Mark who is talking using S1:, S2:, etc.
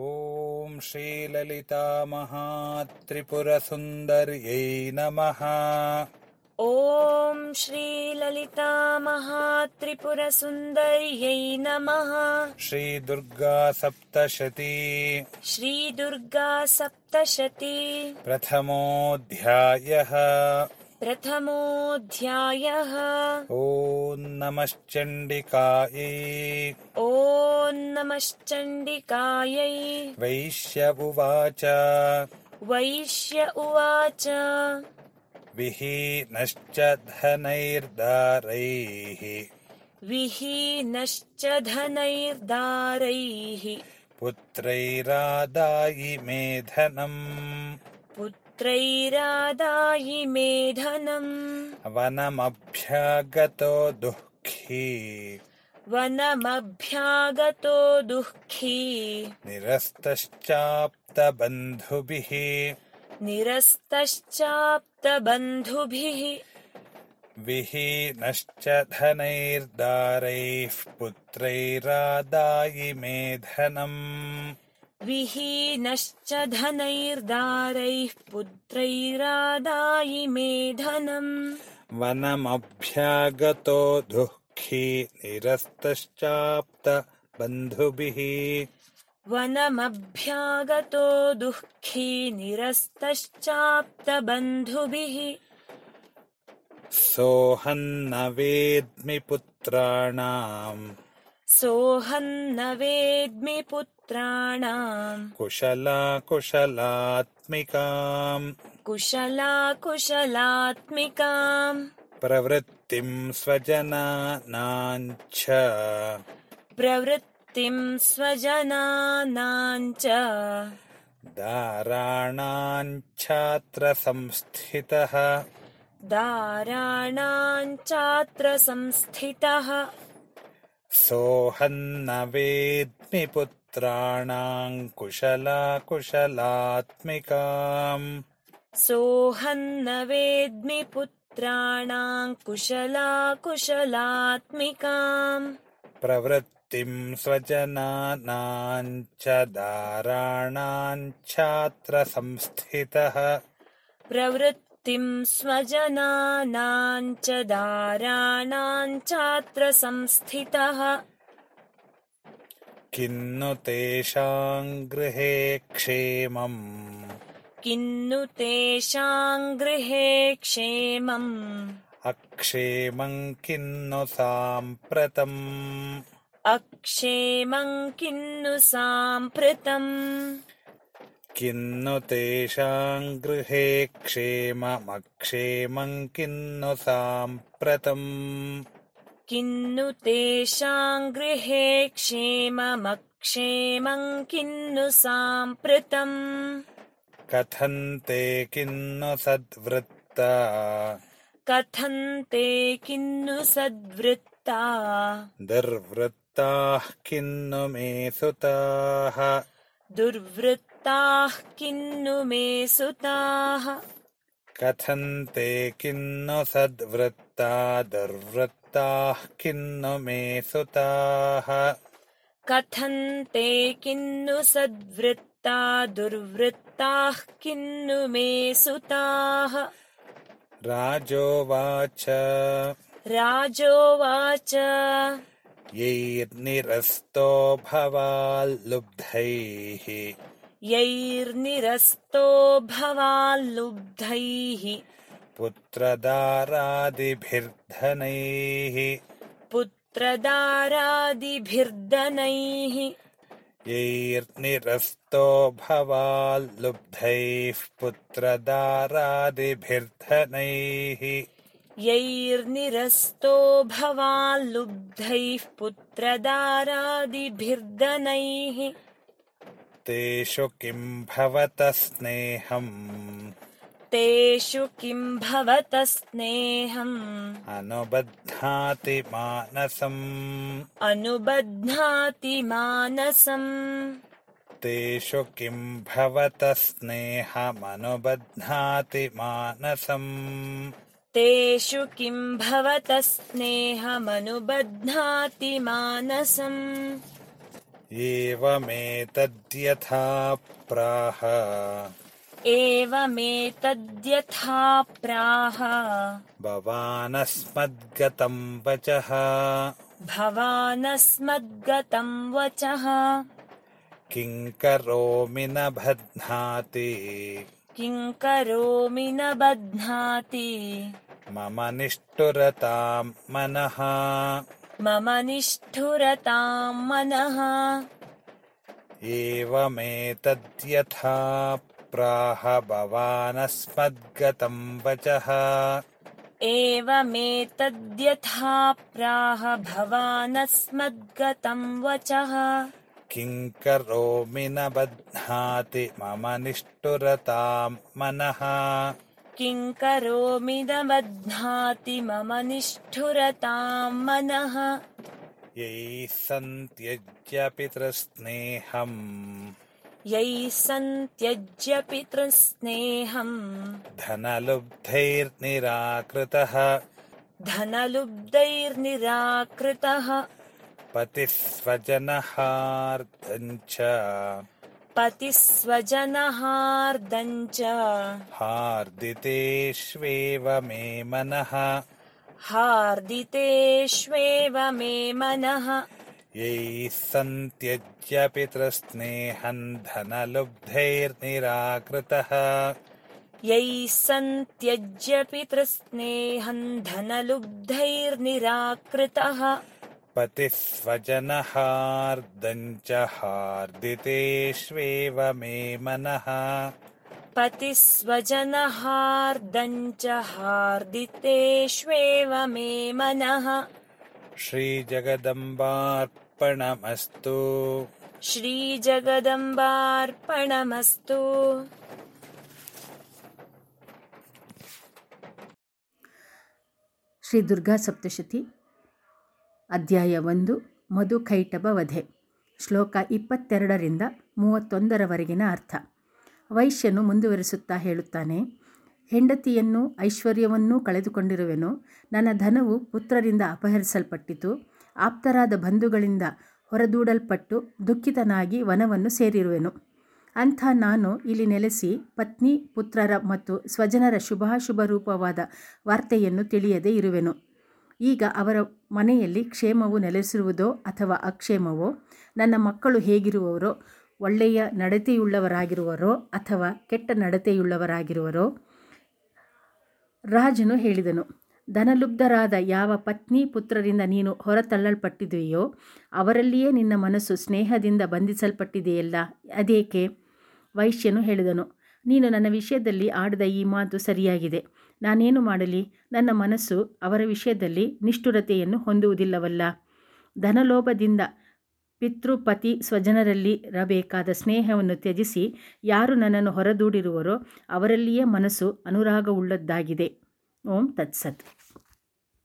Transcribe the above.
S1: ॐ श्रीललितामहात्रिपुरसुन्दर्यै नमः
S2: ॐ श्रीललितामहात्रिपुरसुन्दर्यै नमः
S1: श्रीदुर्गा सप्तशती
S2: श्रीदुर्गा सप्तशती
S1: प्रथमोऽध्यायः
S2: प्रथमोऽध्यायः
S1: ॐ नमश्चण्डिकायै
S2: ॐ नमश्चण्डिकायै
S1: वैश्य उवाच
S2: वैश्य उवाच
S1: विहीनश्च धनैर्दारैः
S2: विहीनश्च धनैर्दारैः
S1: पुत्रैरादायि मे धनम्
S2: पुत्रैरादायि मे धनम्
S1: वनमभ्यागतो दुःखी
S2: वनमभ्यागतो दुःखी
S1: निरस्तश्चाप्तबन्धुभिः
S2: निरस्तश्चाप्तबन्धुभिः
S1: विहीनश्च धनैर्दारैः पुत्रैरादायि मे धनम्
S2: विहीनश्च धनैर्दारैः पुत्रैरादायि मे धनम्
S1: वनमभ्यागतो दुःखी निरस्तश्चाप्त बन्धुभिः
S2: वनमभ्यागतो दुःखी निरस्तश्चाप्तबन्धुभिः
S1: सोऽहन्न वेद्मि पुत्राणाम्
S2: सोऽहन्न वेद्मि पुत्राणाम्
S1: कुशलाकुशलात्मिकाम्
S2: कुशलाकुशलात्मिकाम्
S1: प्रवृत्तिम् स्वजनानाम् च
S2: प्रवृत्तिम् स्वजनानाम् च
S1: दाराणाम् छात्रसंस्थितः
S2: दाराणाम् चात्र संस्थितः
S1: सोऽहम् न वेद्मि पुत्राणाम् कुशलाकुशलात्मिकाम्
S2: सोऽहम् न वेद्मि पुत्राणाम् कुशलाकुशलात्मिकाम्
S1: प्रवृत्तिम् स्वजनानाम् च दाराणाम् छात्रसंस्थितः
S2: प्रवृत्तिम् स्वजनानाम् च दाराणाम् चात्र संस्थितः
S1: किन्नु तेषाम् गृहे क्षेमम्
S2: किन्नु तेषाम् गृहे क्षेमम्
S1: अक्षेमम् किन्नु साम्प्रतम्
S2: अक्षेमम् किन्नु साम्प्रतम्
S1: किन्नु तेषाम् गृहे क्षेममक्षेमम् किन्नु साम्प्रतम्
S2: किन्नु तेषाम् गृहे क्षेममक्षेमम् किन्नु साम्प्रतम्
S1: कथन्ते किन्नु सद्वृत्ता
S2: कथन्ते किन्नु सद्वृत्ता
S1: दुर्वृत्ताः किन्नु मे सुताः
S2: दुर्वृत्ताः किन्नु मे सुताः
S1: कथन्ते किन्नु सद्वृत्ता दुर्वृत्ताः किन्नु मे सुताः
S2: कथन्ते किन्नु सद्वृत्ता दुर्वृत्ताः किन्नु मे सुताः
S1: राजोवाच
S2: राजोवाच
S1: यैर्निरस्तो भवाल्लुब्धैः
S2: यैर्निरस्तो भवाल्लुब्धैः
S1: पुत्रदारादिभिर्धनैः
S2: पुत्रदारादिभिर्दनैः
S1: यैर्निरस्तो भवाल्लुब्धैः पुत्रदारादिभिर्धनैः
S2: यैर्निरस्तो भवाल्लुब्धैः पुत्रदारादिभिर्दनैः
S1: तेषु किम् भवत स्नेहम्
S2: तेषु किम् भवत स्नेहम्
S1: अनुबध्नाति मानसम्
S2: अनुबध्नाति मानसम्
S1: तेषु किम् भवत स्नेहमनुबध्नाति मानसम्
S2: तेषु किम् भवत स्नेहमनुबध्नाति मानसम्
S1: एवमेतद्यथा प्राह
S2: एवमेतद्यथा प्राह
S1: भवानस्मद्गतं वचः
S2: भवानस्मद्गतम् वचः
S1: किं करोमि न बध्नाति
S2: किं करोमि न बध्नाति
S1: मम निष्ठुरतां मनः
S2: मम निष्ठुरतां मनः
S1: एवमेतद्यथा प्राह भवानस्मद्गतं वचः
S2: एवमेतद्यथा प्राह भवानस्मद्गतम् वचः
S1: किं करोमि न बध्नाति मम निष्ठुरतां मनः
S2: किं करोमि न बध्नाति मम निष्ठुरतां मनः
S1: यैः सन्त्यज्यपितृस्नेहम्
S2: यैः सन्त्यज्य पितृस्नेहम्
S1: धनलुब्धैर्निराकृतः
S2: धनलुब्धैर्निराकृतः
S1: पतिः स्वजनहार्दम् च
S2: पतिस्वजनहार्दम् च
S1: हार्दितेष्वेव मे मनः
S2: हार्दितेष्वेव मे मनः
S1: यैः सन्त्यज्यपितृस्नेहम् धनलुब्धैर्निराकृतः
S2: यैः सन्त्यज्य पितृस्नेहम् धनलुब्धैर्निराकृतः
S1: पतिः स्वजनहार्दम् च हार्दितेष्वेव मे मनः
S2: पतिस्वजनहार्दम् च हार्दितेष्वेव मे मनः
S1: श्रीजगदम्बार्पणमस्तु
S2: श्रीजगदम्बार्पणमस्तु
S3: ಶ್ರೀ ದುರ್ಗಾ ಸಪ್ತಶತಿ ಅಧ್ಯಾಯ ಒಂದು ಮಧು ಕೈಟಭ ವಧೆ ಶ್ಲೋಕ ಇಪ್ಪತ್ತೆರಡರಿಂದ ಮೂವತ್ತೊಂದರವರೆಗಿನ ಅರ್ಥ ವೈಶ್ಯನು ಮುಂದುವರಿಸುತ್ತಾ ಹೇಳುತ್ತಾನೆ ಹೆಂಡತಿಯನ್ನು ಐಶ್ವರ್ಯವನ್ನೂ ಕಳೆದುಕೊಂಡಿರುವೆನು ನನ್ನ ಧನವು ಪುತ್ರರಿಂದ ಅಪಹರಿಸಲ್ಪಟ್ಟಿತು ಆಪ್ತರಾದ ಬಂಧುಗಳಿಂದ ಹೊರದೂಡಲ್ಪಟ್ಟು ದುಃಖಿತನಾಗಿ ವನವನ್ನು ಸೇರಿರುವೆನು ಅಂಥ ನಾನು ಇಲ್ಲಿ ನೆಲೆಸಿ ಪತ್ನಿ ಪುತ್ರರ ಮತ್ತು ಸ್ವಜನರ ಶುಭಾಶುಭ ರೂಪವಾದ ವಾರ್ತೆಯನ್ನು ತಿಳಿಯದೇ ಇರುವೆನು ಈಗ ಅವರ ಮನೆಯಲ್ಲಿ ಕ್ಷೇಮವು ನೆಲೆಸಿರುವುದೋ ಅಥವಾ ಅಕ್ಷೇಮವೋ ನನ್ನ ಮಕ್ಕಳು ಹೇಗಿರುವವರೋ ಒಳ್ಳೆಯ ನಡತೆಯುಳ್ಳವರಾಗಿರುವರೋ ಅಥವಾ ಕೆಟ್ಟ ನಡತೆಯುಳ್ಳವರಾಗಿರುವರೋ ರಾಜನು ಹೇಳಿದನು ಧನಲುಬ್ಧರಾದ ಯಾವ ಪತ್ನಿ ಪುತ್ರರಿಂದ ನೀನು ಹೊರತಳ್ಳಲ್ಪಟ್ಟಿದೆಯೋ ಅವರಲ್ಲಿಯೇ ನಿನ್ನ ಮನಸ್ಸು ಸ್ನೇಹದಿಂದ ಬಂಧಿಸಲ್ಪಟ್ಟಿದೆಯಲ್ಲ ಅದೇಕೆ ವೈಶ್ಯನು ಹೇಳಿದನು ನೀನು ನನ್ನ ವಿಷಯದಲ್ಲಿ ಆಡಿದ ಈ ಮಾತು ಸರಿಯಾಗಿದೆ ನಾನೇನು ಮಾಡಲಿ ನನ್ನ ಮನಸ್ಸು ಅವರ ವಿಷಯದಲ್ಲಿ ನಿಷ್ಠುರತೆಯನ್ನು ಹೊಂದುವುದಿಲ್ಲವಲ್ಲ ಧನಲೋಭದಿಂದ ಪಿತೃಪತಿ ಸ್ವಜನರಲ್ಲಿ ಇರಬೇಕಾದ ಸ್ನೇಹವನ್ನು ತ್ಯಜಿಸಿ ಯಾರು ನನ್ನನ್ನು ಹೊರದೂಡಿರುವರೋ ಅವರಲ್ಲಿಯೇ ಮನಸ್ಸು ಅನುರಾಗವುಳ್ಳದ್ದಾಗಿದೆ ಓಂ ತತ್ಸತ್